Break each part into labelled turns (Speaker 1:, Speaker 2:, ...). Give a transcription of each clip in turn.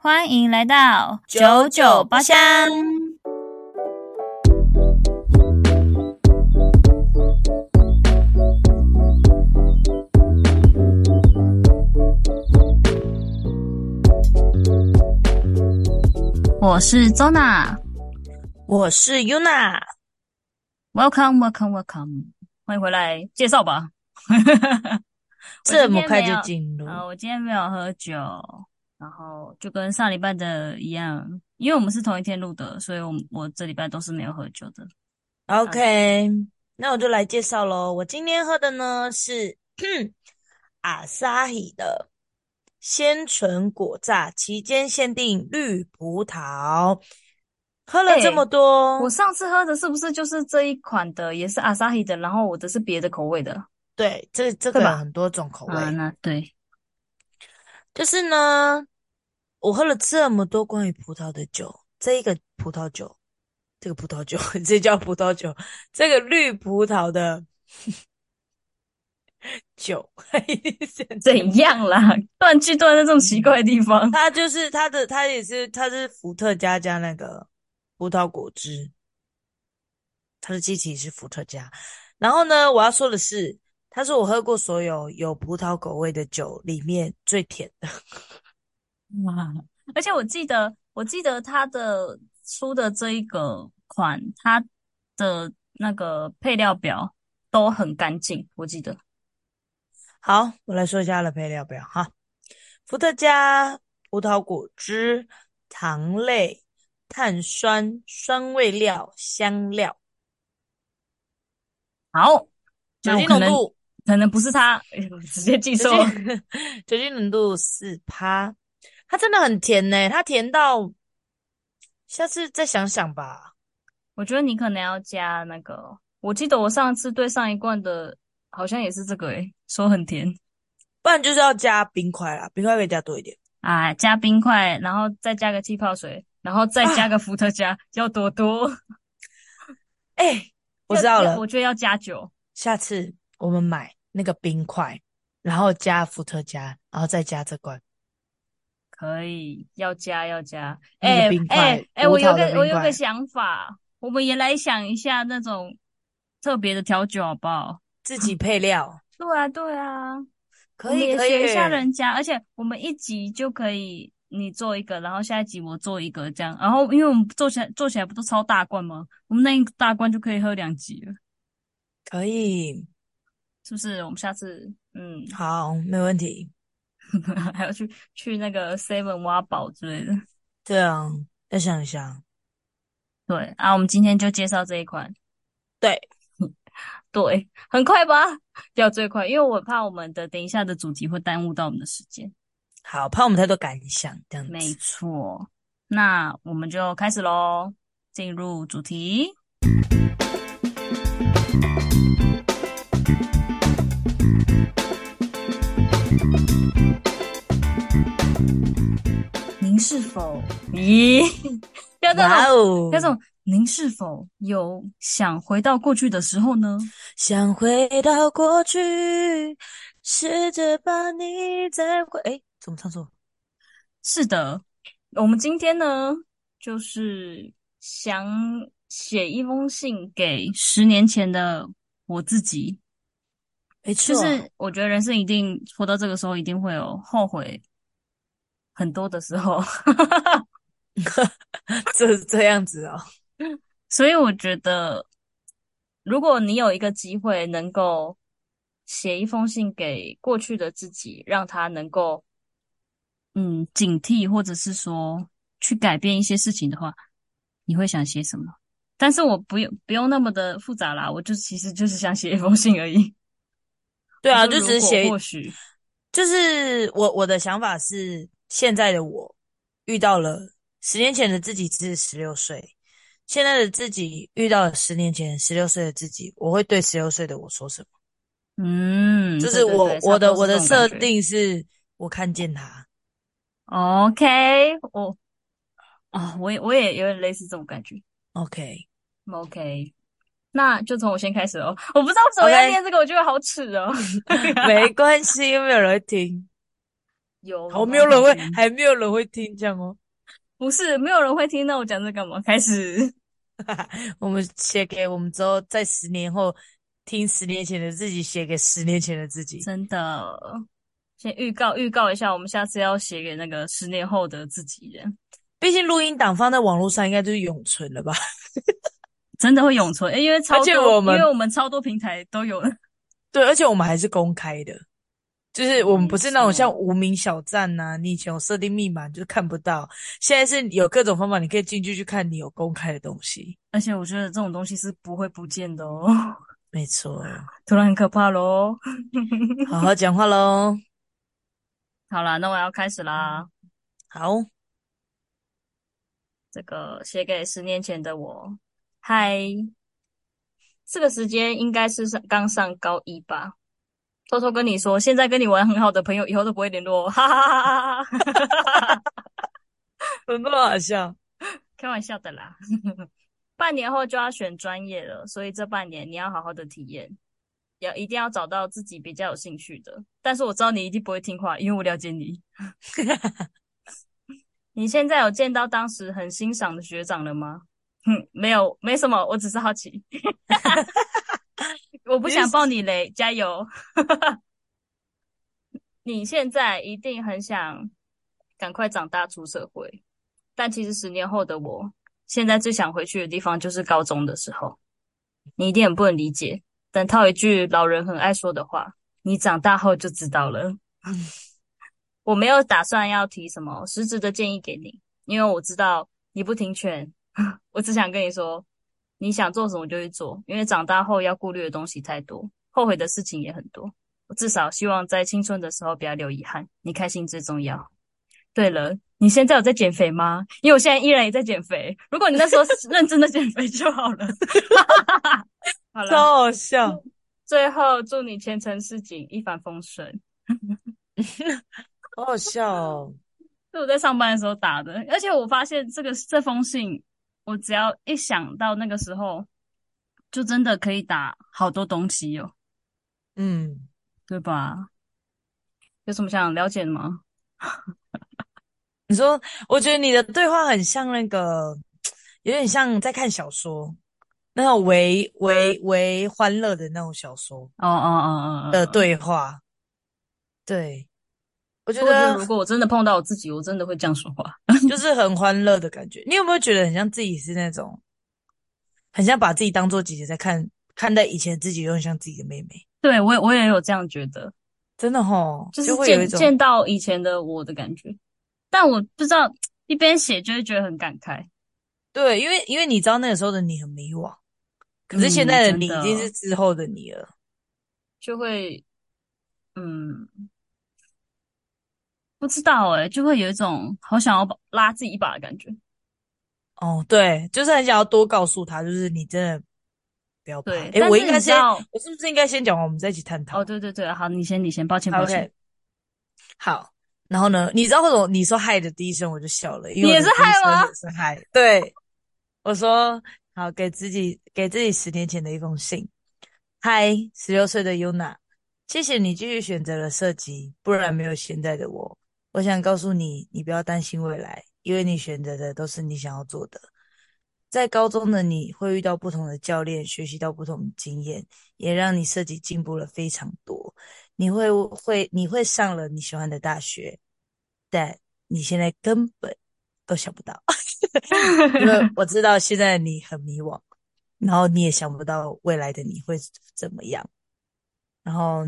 Speaker 1: 欢迎来到
Speaker 2: 九九包厢。
Speaker 1: 我是 Zona。
Speaker 2: 我是 Yuna，
Speaker 1: Welcome, welcome, welcome！欢迎回来，介绍吧。
Speaker 2: 这么快就
Speaker 1: 进
Speaker 2: 进入，
Speaker 1: 啊、我今天没有喝酒，然后就跟上礼拜的一样，因为我们是同一天录的，所以我我这礼拜都是没有喝酒的。
Speaker 2: OK，那我就来介绍喽。我今天喝的呢是 阿萨希的鲜醇果榨，期间限定绿葡萄。喝了这么多，
Speaker 1: 我上次喝的是不是就是这一款的，也是 Asahi 的，然后我的是别的口味的？
Speaker 2: 对这这
Speaker 1: 对
Speaker 2: 个
Speaker 1: 吧
Speaker 2: 有很多种口味，
Speaker 1: 啊，那对，
Speaker 2: 就是呢，我喝了这么多关于葡萄的酒，这一个葡萄酒，这个葡萄酒， 这叫葡萄酒，这个绿葡萄的酒，
Speaker 1: 怎样啦？断句断在这种奇怪的地方，
Speaker 2: 它就是它的，它也是它是伏特加加那个葡萄果汁，它的基体是伏特加。然后呢，我要说的是，它是我喝过所有有葡萄口味的酒里面最甜的。
Speaker 1: 哇！而且我记得，我记得它的出的这一个款，它的那个配料表都很干净，我记得。
Speaker 2: 好，我来说一下它的配料表哈：伏特加、葡萄果汁、糖类、碳酸、酸味料、香料、
Speaker 1: 好，
Speaker 2: 酒
Speaker 1: 那我
Speaker 2: 精
Speaker 1: 可
Speaker 2: 浓
Speaker 1: 能
Speaker 2: 度，
Speaker 1: 可能不是它，我直接记
Speaker 2: 酒
Speaker 1: 错了。
Speaker 2: 精 酒精浓度四趴，它真的很甜呢、它甜到下次再想想吧。
Speaker 1: 我觉得你可能要加那个，我记得我上次对上一罐的，好像也是这个诶，说很甜
Speaker 2: 不然就是要加冰块啦，冰块可以加多一点。
Speaker 1: 啊，加冰块，然后再加个气泡水，然后再加
Speaker 2: 啊
Speaker 1: 个伏特加， 要多多。
Speaker 2: 哎、我知道
Speaker 1: 要要
Speaker 2: 了，
Speaker 1: 我觉得要加酒。
Speaker 2: 下次我们买那个冰块，然后加伏特加，然后再加这罐。
Speaker 1: 可以，要加要加。
Speaker 2: 那个
Speaker 1: 哎
Speaker 2: 冰块
Speaker 1: 哎哎，
Speaker 2: 葡
Speaker 1: 我有
Speaker 2: 萄的
Speaker 1: 个我
Speaker 2: 冰
Speaker 1: 有
Speaker 2: 块
Speaker 1: 个想法，我们也来想一下那种特别的调酒，好不好？
Speaker 2: 自己配料，
Speaker 1: 对啊，对啊，
Speaker 2: 可
Speaker 1: 我们
Speaker 2: 以
Speaker 1: 也
Speaker 2: 可
Speaker 1: 学
Speaker 2: 以
Speaker 1: 一下人家，而且我们一集就可以你做一个，然后下一集我做一个这样，然后因为我们做起来做起来不都超大罐吗？我们那一大罐就可以喝两集了，
Speaker 2: 可以，
Speaker 1: 是不是？我们下次嗯，
Speaker 2: 好，没问题。
Speaker 1: 还要去去那个 Seven 挖宝之类的。
Speaker 2: 这样再想一想，
Speaker 1: 对啊，我们今天就介绍这一款。
Speaker 2: 对，
Speaker 1: 对，很快吧，掉最快，因为我怕我们的等一下的主题会耽误到我们的时间。
Speaker 2: 好，怕我们太多感想，这样子。
Speaker 1: 没错，那我们就开始喽，进入主题。您是否？咦，要那
Speaker 2: 哇
Speaker 1: 种
Speaker 2: 哦，
Speaker 1: 那种，您是否有想回到过去的时候呢？
Speaker 2: 想回到过去，试着把你再回。哎，怎么唱错？
Speaker 1: 是的，我们今天呢，就是想写一封信给十年前的我自己。
Speaker 2: 没
Speaker 1: 就
Speaker 2: 错，
Speaker 1: 是我觉得人生一定活到这个时候，一定会有后悔很多的时候，
Speaker 2: 这这样子哦。
Speaker 1: 所以我觉得，如果你有一个机会能够写一封信给过去的自己，让他能够嗯警惕，或者是说去改变一些事情的话，你会想写什么？但是我不用不用那么的复杂啦，我就其实就是想写一封信而已。
Speaker 2: 对啊，
Speaker 1: 我
Speaker 2: 就
Speaker 1: 说
Speaker 2: 只
Speaker 1: 如
Speaker 2: 是
Speaker 1: 果
Speaker 2: 写，
Speaker 1: 或许
Speaker 2: 就是我我的想法是，现在的我遇到了十年前的自己，只是十六岁。现在的自己遇到了十年前十六岁的自己，我会对十六岁的我说什么？
Speaker 1: 嗯，
Speaker 2: 就
Speaker 1: 对
Speaker 2: 是
Speaker 1: 对对差
Speaker 2: 我我的
Speaker 1: 不
Speaker 2: 我
Speaker 1: 多是这种
Speaker 2: 的设
Speaker 1: 感觉
Speaker 2: 定是，我看见他，
Speaker 1: OK，我啊、我也我也有点类似这种感觉。
Speaker 2: OK，
Speaker 1: OK，那就从我先开始哦。我不知道为什么要
Speaker 2: OK
Speaker 1: 念这个，我觉得好耻哦。
Speaker 2: 没关系，因为没有人会听。
Speaker 1: 有
Speaker 2: 好，
Speaker 1: 我
Speaker 2: 没
Speaker 1: 刚
Speaker 2: 有
Speaker 1: 刚
Speaker 2: 人
Speaker 1: 想
Speaker 2: 会，
Speaker 1: 听，
Speaker 2: 还没有人会听这样哦。
Speaker 1: 不是没有人会听，那我讲这干嘛？ 开始，
Speaker 2: 我们写给我们之后，在十年后听十年前的自己，写给十年前的自己。
Speaker 1: 真的，先预告预告一下，我们下次要写给那个十年后的自己人，
Speaker 2: 毕竟录音档放在网络上，应该就是永存了吧？
Speaker 1: 真的会永存，诶因为
Speaker 2: 而
Speaker 1: 超
Speaker 2: 且
Speaker 1: 多，
Speaker 2: 我
Speaker 1: 因为
Speaker 2: 们
Speaker 1: 我们超多平台都有了。
Speaker 2: 对，而且我们还是公开的，就是我们
Speaker 1: 没
Speaker 2: 不嗯是那种像
Speaker 1: 错，
Speaker 2: 无名小站呐、你以前有设定密码你就看不到，现在是有各种方法，你可以进去去看你有公开的东西。
Speaker 1: 而且我觉得这种东西是不会不见的哦，
Speaker 2: 没 错，
Speaker 1: 突然很可怕喽。
Speaker 2: 好好讲话喽。
Speaker 1: 好啦，那我要开始啦。
Speaker 2: 好，
Speaker 1: 这个写给十年前的我，嗨，这个时间应该是上刚上高一吧。偷偷跟你说，现在跟你玩很好的朋友，以后都不会联络哦，哈哈哈哈哈哈哈哈哈！
Speaker 2: 真的好笑。
Speaker 1: 开玩笑的啦。半年后就要选专业了，所以这半年你要好好的体验，要一定要找到自己比较有兴趣的。但是我知道你一定不会听话，因为我了解你。你现在有见到当时很欣赏的学长了吗？哼，没有，没什么，我只是好奇。 我不
Speaker 2: 你
Speaker 1: 想
Speaker 2: 是
Speaker 1: 爆你雷，加油！ 你现在一定很想赶快长大出社会，但其实十年后的我，现在最想回去的地方就是高中的时候。你一定很不能理解，但套一句老人很爱说的话：“你长大后就知道了。”我没有打算要提什么实质的建议给你，因为我知道你不听劝。 我只想跟你说，你想做什么就去做，因为长大后要顾虑的东西太多，后悔的事情也很多。我至少希望在青春的时候不要留遗憾，你开心最重要。对了，你现在有在减肥吗？因为我现在依然也在减肥。如果你那时候是认真的减肥就好了。 好
Speaker 2: 超
Speaker 1: 了，
Speaker 2: 好笑。
Speaker 1: 最后祝你前程似锦，一帆风顺。
Speaker 2: 好好笑哦！
Speaker 1: 是我在上班的时候打的，而且我发现这个这封信，我只要一想到那个时候，就真的可以打好多东西哟、
Speaker 2: 嗯，
Speaker 1: 对吧？有什么想了解的吗？
Speaker 2: 你说，我觉得你的对话很像那个，有点像在看小说，那种为为为欢乐的那种小说
Speaker 1: 哦哦哦
Speaker 2: 的
Speaker 1: 哦哦哦！
Speaker 2: 呃对话。对，我觉
Speaker 1: 所以我觉得，
Speaker 2: 得
Speaker 1: 如果我真的碰到我自己，我真的会这样说话。
Speaker 2: 就是很欢乐的感觉。你有没有觉得很像自己是那种，很像把自己当做姐姐在看，看待以前的自己，有点像自己的妹妹，
Speaker 1: 对，我也我也有这样觉得，
Speaker 2: 真的吼，
Speaker 1: 就
Speaker 2: 就是会有一
Speaker 1: 见
Speaker 2: 种
Speaker 1: 见到以前的我的感觉。但我不知道，一边写就会觉得很感慨。
Speaker 2: 对，因为因为你知道那个时候的你很迷惘，可是现
Speaker 1: 嗯，
Speaker 2: 在的
Speaker 1: 真
Speaker 2: 你已经是
Speaker 1: 的
Speaker 2: 之后的你了。
Speaker 1: 就会，嗯，不知道诶、就会有一种好想要把拉自己一把的感觉。
Speaker 2: 哦，对，就是很想要多告诉他，就是你真的不要怕。
Speaker 1: 对，
Speaker 2: 诶，
Speaker 1: 但
Speaker 2: 我
Speaker 1: 是
Speaker 2: 应该
Speaker 1: 你知
Speaker 2: 先，
Speaker 1: 道，
Speaker 2: 我是不是应该先讲完，我们再一起探讨
Speaker 1: 哦，对对对，好，你先，你先，抱歉，抱歉，
Speaker 2: ？OK，好。然后呢，你知道为什么你说嗨的第一声我就笑了，因
Speaker 1: 你
Speaker 2: 为我
Speaker 1: 也是
Speaker 2: 的第一
Speaker 1: 害
Speaker 2: 声
Speaker 1: 吗？
Speaker 2: 也是嗨。对，我说好，给自己给自己十年前的一封信。嗨，十六岁的 Yuna，谢谢你继续选择了射击，不然没有现在的我。我想告诉你，你不要担心未来，因为你选择的都是你想要做的。在高中的你会遇到不同的教练，学习到不同的经验，也让你设计进步了非常多。你会会你会上了你喜欢的大学，但你现在根本都想不到，因为我知道现在你很迷惘，然后你也想不到未来的你会怎么样。然后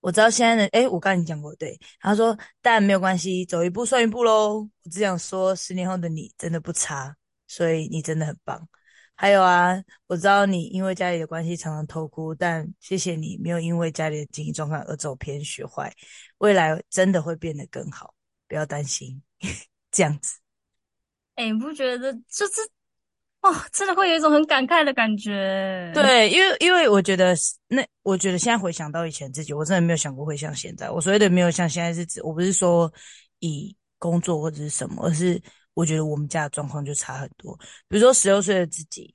Speaker 2: 我知道现在的，诶，我刚才已经讲过，对，他说，但没有关系，走一步算一步喽。我只想说，十年后的你真的不差，所以你真的很棒。还有啊，我知道你因为家里的关系常常偷哭，但谢谢你没有因为家里的经济状况而走偏学坏，未来真的会变得更好，不要担心。 这样子，
Speaker 1: 哎、你不觉得就是哦，真的会有一种很感慨的感觉？
Speaker 2: 对，因为因为我觉得是那，我觉得现在回想到以前自己，我真的没有想过会像现在。我所谓的没有像现在是指，我不是说以工作或者是什么，而是我觉得我们家的状况就差很多。比如说十六岁的自己，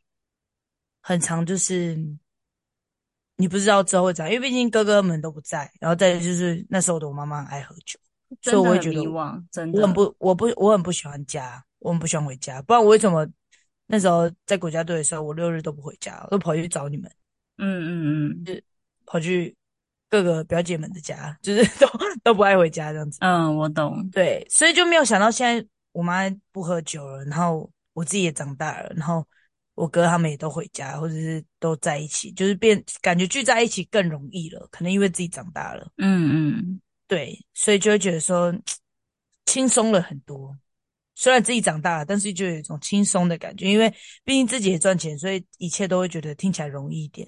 Speaker 2: 很长就是你不知道之后会怎样，因为毕竟哥哥们都不在，然后再来就是那时候的我妈妈很爱喝酒，
Speaker 1: 真
Speaker 2: 所以
Speaker 1: 的
Speaker 2: 我会
Speaker 1: 很
Speaker 2: 觉得
Speaker 1: 迷惘，真
Speaker 2: 我很
Speaker 1: 的。啊
Speaker 2: 不，我不，我很不喜欢家，我很不喜欢回家。不然我为什么那时候在国家队的时候，我六日都不回家，我都跑去找你们，
Speaker 1: 嗯嗯嗯
Speaker 2: 跑去各个表姐们的家，就是 都都不爱回家这样子。
Speaker 1: 嗯，我懂。
Speaker 2: 对，所以就没有想到现在我妈不喝酒了，然后我自己也长大了，然后我哥他们也都回家，或者是都在一起，就是变感觉聚在一起更容易了，可能因为自己长大了，
Speaker 1: 嗯嗯，
Speaker 2: 对，所以就会觉得说轻松了很多。虽然自己长大了，但是就有一种轻松的感觉，因为毕竟自己也赚钱，所以一切都会觉得听起来容易一点。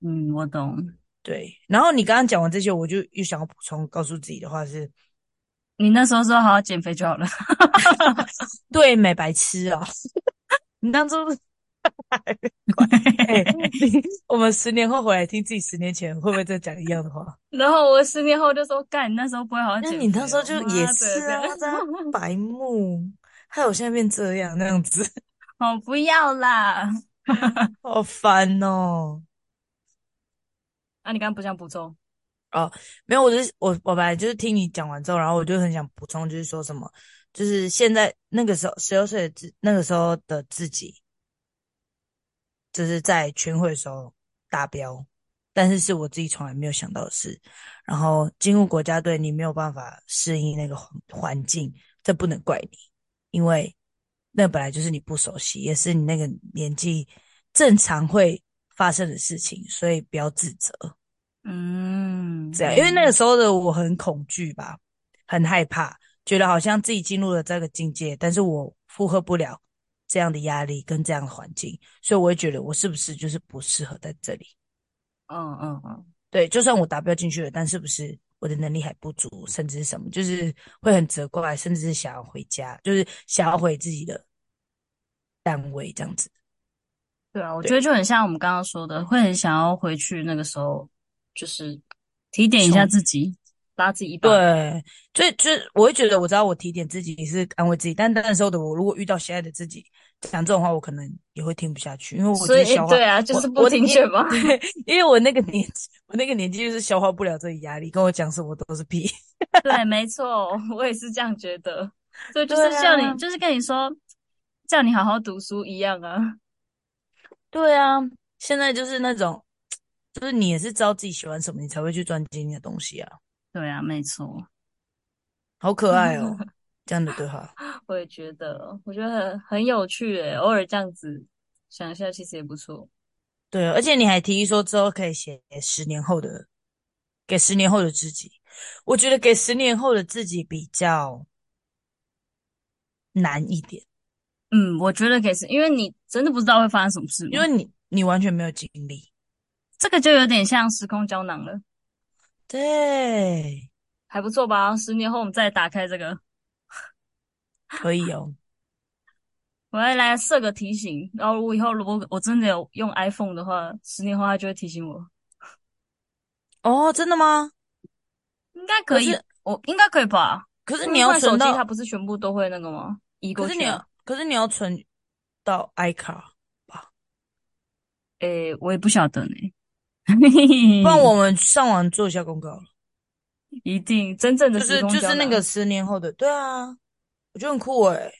Speaker 1: 嗯，我懂。
Speaker 2: 对，然后你刚刚讲完这些，我就又想要补充告诉自己的话是：
Speaker 1: 你那时候说好好减肥就好了。
Speaker 2: 对，美白痴 哦，你当初 乖，哎、你我们十年后回来听自己十年前，会不会再讲一样的话？
Speaker 1: 然后我十年后就说，干，你那时候不会好好
Speaker 2: 那
Speaker 1: 减
Speaker 2: 你那
Speaker 1: 肥
Speaker 2: 时候
Speaker 1: 哦，
Speaker 2: 就也
Speaker 1: 妈
Speaker 2: 是
Speaker 1: 的，这样，
Speaker 2: 啊，这样 白目，害我现在变这样那样子，
Speaker 1: 哦，不要啦。
Speaker 2: 好烦哦。
Speaker 1: 啊，你刚刚不想补充？
Speaker 2: 哦，没有，我就是我，我本来就是听你讲完之后，然后我就很想补充，就是说什么，就是现在那个时候十六岁的自，那个时候的自己，就是在全会的时候达标，但是是我自己从来没有想到的事。然后进入国家队，你没有办法适应那个环环境，这不能怪你，因为那本来就是你不熟悉，也是你那个年纪正常会发生的事情，所以不要自责。
Speaker 1: 嗯
Speaker 2: 这样，啊因为那个
Speaker 1: 嗯
Speaker 2: 时候的我很恐惧吧，很害怕，觉得好像自己进入了这个境界，但是我负荷不了这样的压力跟这样的环境，所以我会觉得我是不是就是不适合在这里？
Speaker 1: 嗯嗯嗯，
Speaker 2: 对，就算我达标进去了，但是不是我的能力还不足，甚至是什么，就是会很责怪，甚至是想要回家，就是想要回自己的单位这样子。
Speaker 1: 对啊，我觉得
Speaker 2: 对，
Speaker 1: 就很像我们刚刚说的，会很想要回去那个时候，就是提点一下
Speaker 2: 穷
Speaker 1: 自己，拉自己一把。
Speaker 2: 对，所以就是我会觉得，我知道我提点自己是安慰自己，但那时候的我，如果遇到现在的自己讲这种话，我可能也会听不下去，因为我
Speaker 1: 所
Speaker 2: 就是
Speaker 1: 以，
Speaker 2: 消化
Speaker 1: 对啊，就
Speaker 2: 我
Speaker 1: 是不
Speaker 2: 我
Speaker 1: 听
Speaker 2: 因
Speaker 1: 劝嘛。
Speaker 2: 对，因为我那个年纪，我那个年纪就是消化不了这个压力，跟我讲什么都是屁。
Speaker 1: 对，没错，我也是这样觉得。所以就
Speaker 2: 对
Speaker 1: 是叫你，
Speaker 2: 啊，
Speaker 1: 就是跟你说，叫你好好读书一样啊。
Speaker 2: 对啊，现在就是那种，就是你也是知道自己喜欢什么，你才会去专精你的东西啊，
Speaker 1: 对啊，没错，
Speaker 2: 好可爱 哦，这样的对话。
Speaker 1: 我也觉得，我觉得很很有趣诶，偶尔这样子想一下，其实也不错。
Speaker 2: 对，而且你还提议说之后可以写十年后的，给十年后的自己。我觉得给十年后的自己比较难一点，
Speaker 1: 嗯，我觉得可以是，因为你真的不知道会发生什么事
Speaker 2: 因
Speaker 1: 嘛。
Speaker 2: 为你你完全没有经历。
Speaker 1: 这个就有点像时空胶囊了，
Speaker 2: 对，
Speaker 1: 还不错吧？十年后我们再打开这个，
Speaker 2: 可以哦。
Speaker 1: 我要来设个提醒，然后我以后如果我真的有用 iPhone 的话，十年后它就会提醒我，
Speaker 2: 哦，真的吗？
Speaker 1: 应该
Speaker 2: 可
Speaker 1: 可以，
Speaker 2: 是
Speaker 1: 我应该可以吧？
Speaker 2: 可是
Speaker 1: 因
Speaker 2: 你
Speaker 1: 为
Speaker 2: 要
Speaker 1: 换手
Speaker 2: 存
Speaker 1: 机它
Speaker 2: 到，
Speaker 1: 不是全部都会那个吗？移
Speaker 2: 可
Speaker 1: 过
Speaker 2: 是你
Speaker 1: 去啊？
Speaker 2: 要，可是你要存到 i 卡吧？
Speaker 1: 诶，我也不晓得呢。 嗯
Speaker 2: 不然我们上网做一下功课好了，
Speaker 1: 一定真正的
Speaker 2: 就
Speaker 1: 时
Speaker 2: 是
Speaker 1: 空
Speaker 2: 就
Speaker 1: 胶
Speaker 2: 是那个
Speaker 1: 囊，
Speaker 2: 十年后的，对啊，我觉得很酷欸诶、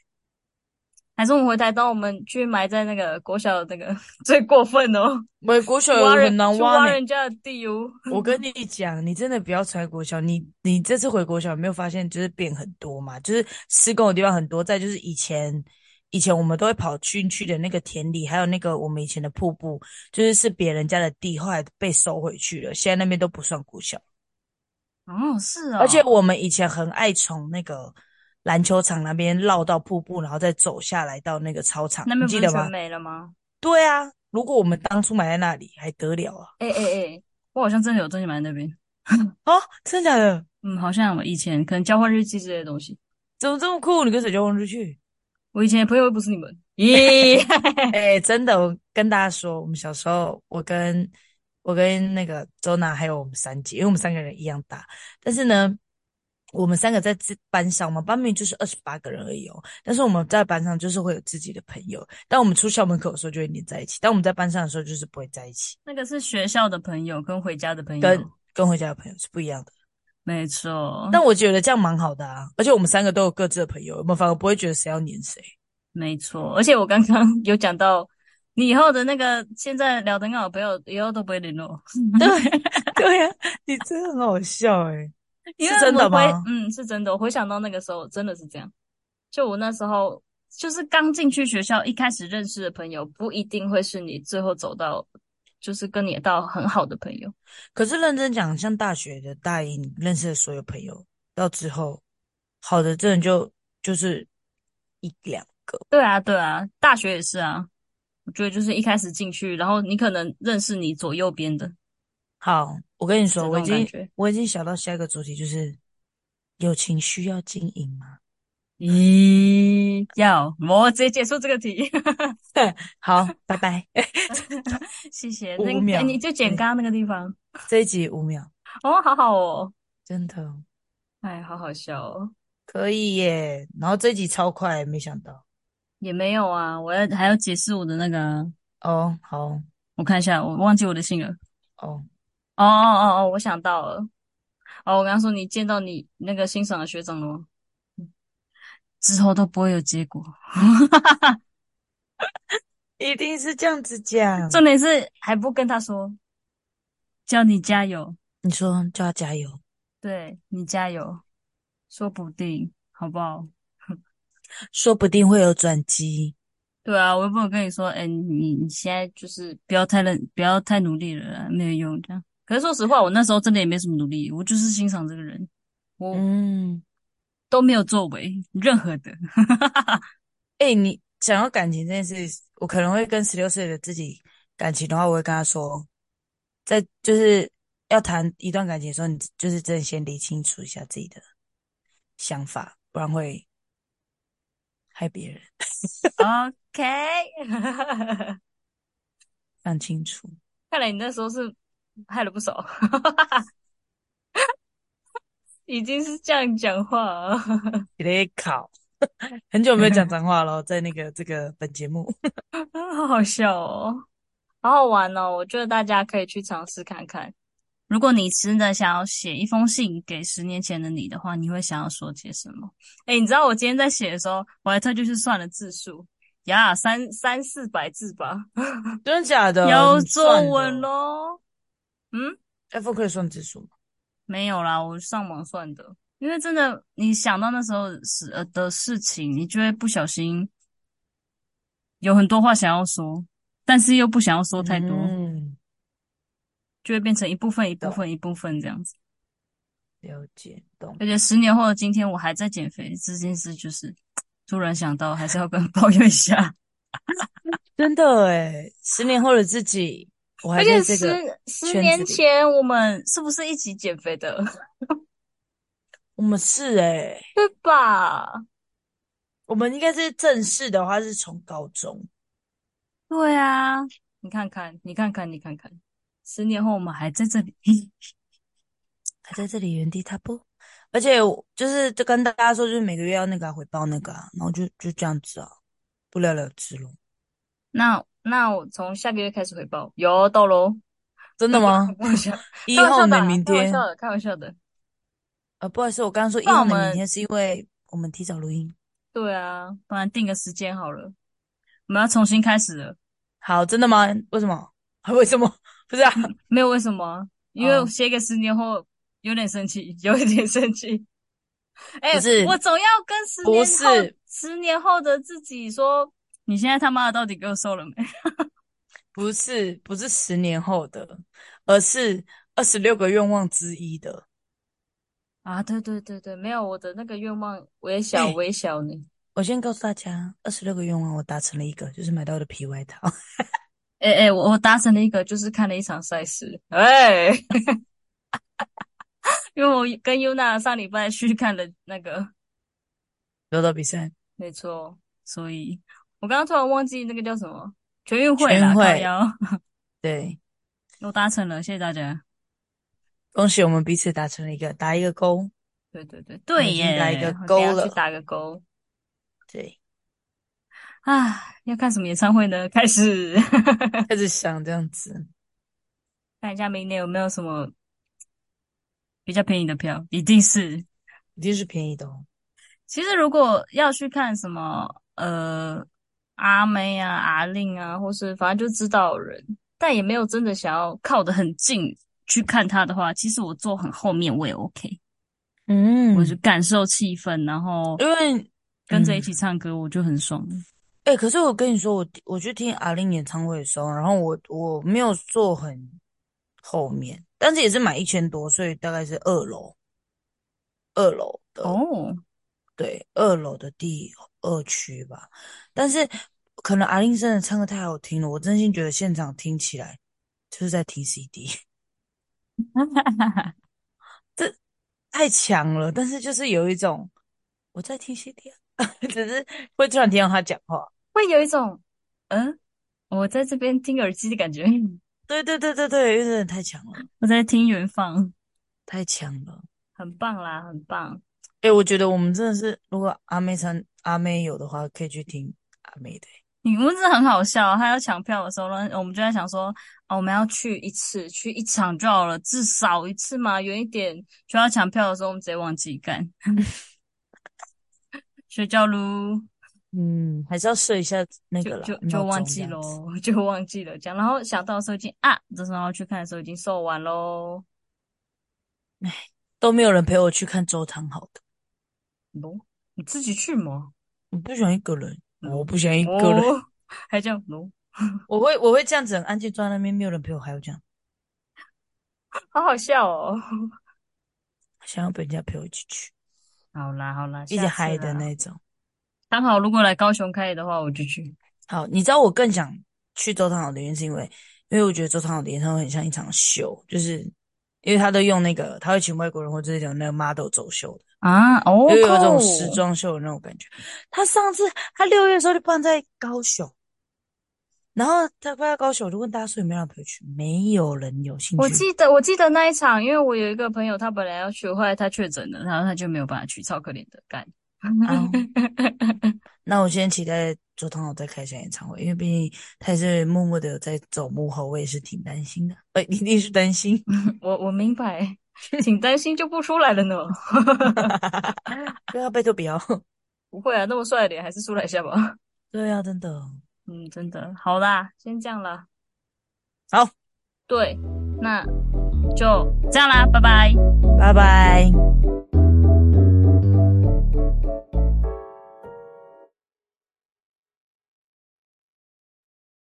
Speaker 1: 还是我们回台东，我们去埋在那个国小的那个 最过分哦，
Speaker 2: 美国小
Speaker 1: 挖
Speaker 2: 有很
Speaker 1: 人
Speaker 2: 难
Speaker 1: 去
Speaker 2: 挖
Speaker 1: 挖
Speaker 2: 呢、
Speaker 1: 人家的地哦。
Speaker 2: 我跟你讲，你真的不要穿国小，你你这次回国小有没有发现就是变很多嘛？就是施工的地方很多，再就是以前以前我们都会跑进去的那个田里，还有那个我们以前的瀑布，就是是别人家的地，后来被收回去了，现在那边都不算国小。
Speaker 1: 哦，是
Speaker 2: 而且
Speaker 1: 哦，
Speaker 2: 我们以前很爱从那个篮球场那边绕到瀑布，然后再走下来到那个操场，
Speaker 1: 那
Speaker 2: 你
Speaker 1: 边不
Speaker 2: 记
Speaker 1: 是
Speaker 2: 得
Speaker 1: 全
Speaker 2: 吗？
Speaker 1: 没了吗？
Speaker 2: 对啊，如果我们当初买在那里，还得了啊？
Speaker 1: 哎哎哎，欸我好像真的有东西买在那边。
Speaker 2: 啊，真的假的？
Speaker 1: 嗯，好像我以前可能交换日记之类的东西。
Speaker 2: 怎么这么酷？你跟水球红出去？
Speaker 1: 我以前的朋友又不是你们。 咦，
Speaker 2: 哎、真的，我跟大家说，我们小时候，我跟我跟那个周娜还有我们三姐，因为我们三个人一样大，但是呢，我们三个在自班上，我们班明明就是二十八个人而已哦，但是我们在班上就是会有自己的朋友，当我们出校门口的时候就会黏在一起，当我们在班上的时候就是不会在一起，
Speaker 1: 那个是学校的朋友跟回家的朋
Speaker 2: 跟
Speaker 1: 友。
Speaker 2: 跟回家的朋友是不一样的。
Speaker 1: 没错，
Speaker 2: 但我觉得这样蛮好的啊，而且我们三个都有各自的朋友，我们反而不会觉得谁要黏谁。
Speaker 1: 没错。而且我刚刚 有讲到，你以后的那个现在聊得很好的朋友，以后都不会联络，
Speaker 2: 对， 对呀、你真的很好笑哎、
Speaker 1: 因为
Speaker 2: 是真的
Speaker 1: 我回
Speaker 2: 吗
Speaker 1: 嗯，是真的。我回想到那个时候，真的是这样。就我那时候，就是刚进去学校，一开始认识的朋友，不一定会是你最后走到，就是跟你到很好的朋友。
Speaker 2: 可是认真讲，像大学的大一，你认识的所有朋友，到之后，好的真的就就是一两个，
Speaker 1: 对啊，对啊，大学也是啊。我觉得就是一开始进去，然后你可能认识你左右边的，
Speaker 2: 好，我跟你
Speaker 1: 这
Speaker 2: 说，
Speaker 1: 种
Speaker 2: 我已
Speaker 1: 感
Speaker 2: 经
Speaker 1: 觉
Speaker 2: 我已经想到下一个主题，就是友情需要经营吗？
Speaker 1: 咦，要，我直接结束这个题，
Speaker 2: 好，拜拜，
Speaker 1: 谢谢。那
Speaker 2: 五
Speaker 1: 哎、
Speaker 2: 秒，
Speaker 1: 你就剪刚刚那个地方
Speaker 2: 这一集五秒，
Speaker 1: 哦，好好哦，
Speaker 2: 真的
Speaker 1: 哎，好好笑哦，
Speaker 2: 可以耶。然后这一集超快，没想到
Speaker 1: 也没有啊，我要还要解释我的那个啊，
Speaker 2: 哦，好
Speaker 1: 我看一下，我忘记我的姓了。
Speaker 2: 哦，
Speaker 1: 哦哦哦哦，我想到了，哦，我刚刚说你见到你那个欣赏的学长了吗？之后都不会有结果，
Speaker 2: 一定是这样子讲。
Speaker 1: 重点是还不跟他说，叫你加油。
Speaker 2: 你说叫他加油，
Speaker 1: 对你加油，说不定好不好？
Speaker 2: 说不定会有转机。
Speaker 1: 对啊，我又不能跟你说，哎、你你现在就是不要太认，不要太努力了啦，没有用这样。可是说实话，我那时候真的也没什么努力，我就是欣赏这个人，我
Speaker 2: 嗯，
Speaker 1: 都没有作为任何的。
Speaker 2: 哎、你想要感情这件事，我可能会跟十六岁的自己感情的话，我会跟他说，在就是要谈一段感情的时候，你就是真的先理清楚一下自己的想法，不然会害别人。
Speaker 1: OK，
Speaker 2: 想清楚，
Speaker 1: 看来你那时候是害了不少， 已经是这样讲话了。
Speaker 2: 你得考。 很久没有讲脏话了，在那个这个本节目。
Speaker 1: 好好笑哦，好好玩哦！我觉得大家可以去尝试看看。如果你真的想要写一封信给十年前的你的话，你会想要说些什么？哎，你知道我今天在写的时候，我还特地去算了字数，呀，三三四百字吧，
Speaker 2: 真的假的？
Speaker 1: 有
Speaker 2: 啊你
Speaker 1: 作
Speaker 2: 算的
Speaker 1: 文喽。嗯，
Speaker 2: ，F 可以算字数吗？
Speaker 1: 没有啦，我上网算的，因为真的，你想到那时候是呃的事情，你就会不小心有很多话想要说，但是又不想要说太多。
Speaker 2: 嗯，
Speaker 1: 就会变成一部分一部
Speaker 2: 懂
Speaker 1: 分一部分这样子。
Speaker 2: 了解，懂。
Speaker 1: 而且十年后的今天，我还在减肥这件事，就是突然想到，还是要跟 人抱怨一下。
Speaker 2: 真的诶，十年后的自己，我还
Speaker 1: 而
Speaker 2: 在
Speaker 1: 且
Speaker 2: 这
Speaker 1: 十
Speaker 2: 个，
Speaker 1: 十
Speaker 2: 圈
Speaker 1: 年
Speaker 2: 子里
Speaker 1: 前我们是不是一起减肥的？
Speaker 2: 我们是诶，
Speaker 1: 对吧？
Speaker 2: 我们应该是正式的话是从高中，
Speaker 1: 对啊，你看看，你看看，你看看，十年后我们还在这里。
Speaker 2: 还在这里原地踏步，而且我就是就跟大家说，就是每个月要那个啊回报那个啊，然后就就这样子啊，不了了之咯。
Speaker 1: 那那我从下个月开始回报，有到喽。
Speaker 2: 真的啊吗？
Speaker 1: 开玩笑，
Speaker 2: 一
Speaker 1: 开玩
Speaker 2: 号
Speaker 1: 笑的
Speaker 2: 呢？
Speaker 1: 啦，
Speaker 2: 明
Speaker 1: 开玩
Speaker 2: 天
Speaker 1: 笑的，开玩笑的。
Speaker 2: 呃，不好意思，我刚刚说一
Speaker 1: 不然
Speaker 2: 号
Speaker 1: 我
Speaker 2: 呢，明
Speaker 1: 们
Speaker 2: 天是因为我们提早录音。
Speaker 1: 对啊，不然定个时间好了，我们要重新开始了。
Speaker 2: 好，真的吗？为什么？ 为什么？不是啊，
Speaker 1: 没有为什么啊，因为我
Speaker 2: 哦，
Speaker 1: 写给十年后有点生气， 有一点生气。哎、
Speaker 2: 不是，
Speaker 1: 我总要跟十
Speaker 2: 不
Speaker 1: 年后、
Speaker 2: 是，
Speaker 1: 十年后的自己说，你现在他妈的到底给我瘦了没？
Speaker 2: 不是，不是十年后的，而是二十六个愿望之一的。
Speaker 1: 啊，对对对对，没有我的那个愿望微
Speaker 2: 哎、
Speaker 1: 小微小呢。
Speaker 2: 我先告诉大家，二十六个愿望我达成了一个，就是买到我的皮外套。
Speaker 1: 哎哎，我我达成了一个，就是看了一场赛事。哎， 因为我跟 Yuna 上礼拜去看了那个，
Speaker 2: 柔道比赛，
Speaker 1: 没错，所以我刚刚突然忘记那个叫什么全运会
Speaker 2: 全
Speaker 1: 啦，靠
Speaker 2: 会，
Speaker 1: 腰，
Speaker 2: 对，
Speaker 1: 我达成了，谢谢大家。
Speaker 2: 恭喜我们彼此达成了一个，打一个勾，
Speaker 1: 对对对，
Speaker 2: 我们
Speaker 1: 对
Speaker 2: 已经打一
Speaker 1: 耶！
Speaker 2: 个
Speaker 1: 我等一
Speaker 2: 勾
Speaker 1: 下去
Speaker 2: 了。
Speaker 1: 打个勾
Speaker 2: 对，
Speaker 1: 啊！要看什么演唱会呢？开始
Speaker 2: 开始想这样子，
Speaker 1: 看一下明年有没有什么比较便宜的票，一定是。
Speaker 2: 一定是便宜的哦。
Speaker 1: 其实如果要去看什么呃阿妹啊、阿令啊，或是反正就知道的人，但也没有真的想要靠得很近去看他的话，其实我坐很后面我也 OK，、
Speaker 2: 嗯
Speaker 1: 我就感受气氛，然后
Speaker 2: 因为
Speaker 1: 跟着一起唱歌，我就很爽了。
Speaker 2: 哎、可是我跟你说，我我去听阿玲演唱会的时候，然后我我没有坐很后面，但是也是买一千多，所以大概是二楼，二楼的
Speaker 1: 哦，
Speaker 2: 对，二楼的第二区吧。但是可能阿令真的唱歌太好听了，我真心觉得现场听起来就是在听 CD，太强了。但是就是有一种我在听 CD，、啊、 只是会突然听到他讲话。
Speaker 1: 会有一种嗯，我在这边听耳机的感觉，
Speaker 2: 对对对对对，因为真的太强了，
Speaker 1: 我在听原放，
Speaker 2: 太强了。
Speaker 1: 很棒啦，很棒。
Speaker 2: 哎、我觉得我们真的是，如果阿妹参阿妹有的话，可以去听阿妹的、
Speaker 1: 你们真的很好笑，他要抢票的时候呢，我们就在想说，哦，我们要去一次，去一场就好了，至少一次嘛，远一点。就要抢票的时候，我们直接忘记 干，睡觉噜，
Speaker 2: 嗯，还是要设一下那
Speaker 1: 就
Speaker 2: 个啦，
Speaker 1: 就
Speaker 2: 闹
Speaker 1: 就忘
Speaker 2: 钟这
Speaker 1: 记
Speaker 2: 样子。
Speaker 1: 喽，就忘记了这样。然后想到的时候已经啊，这时候要去看的时候已经售完喽。
Speaker 2: 都没有人陪我去看周汤好的，
Speaker 1: 喏，你自己去嘛。
Speaker 2: 我不喜欢一个人，
Speaker 1: 嗯
Speaker 2: 我不喜欢一个人，
Speaker 1: 哦，还这样喏，
Speaker 2: 我会我会这样子很安静坐在那边，没有人陪我，还要这样，
Speaker 1: 好好笑 哦。
Speaker 2: 想要被人家陪我一起去，
Speaker 1: 好啦好啦，
Speaker 2: 一起
Speaker 1: 下次
Speaker 2: 嗨的
Speaker 1: 啦。
Speaker 2: 那种。
Speaker 1: 刚好如果来高雄开的话，我就去。
Speaker 2: 好，你知道我更想去周汤豪的原因是因为，因为我觉得周汤豪的演唱会很像一场秀，就是因为他都用那个，他会请外国人或者是有那个 model 走秀的，
Speaker 1: 啊，哦，
Speaker 2: 因为有一种
Speaker 1: 酷
Speaker 2: 时装秀的那种感觉。他上次他六月的时候就办在高雄，然后他办在高雄，我就问大家说有没有人陪我去，没有人有兴
Speaker 1: 我
Speaker 2: 趣。
Speaker 1: 记得我记得那一场，因为我有一个朋友，他本来要去，后来他确诊了，然后他就没有办法去，超可怜的，干。
Speaker 2: 啊，那我先期待周汤豪再开一下演唱会，因为毕竟他也是默默的有在走幕后，我也是挺担心的。 呃，一定是担心。
Speaker 1: 我我明白，挺担心就不出来了呢。
Speaker 2: 不要拜托不要。
Speaker 1: 不会啊，那么帅的脸还是出来一下吧。
Speaker 2: 对啊，真的。
Speaker 1: 嗯，真的，好啦，先这样啦。
Speaker 2: 好，
Speaker 1: 对，那就这样啦，拜拜。
Speaker 2: 拜拜。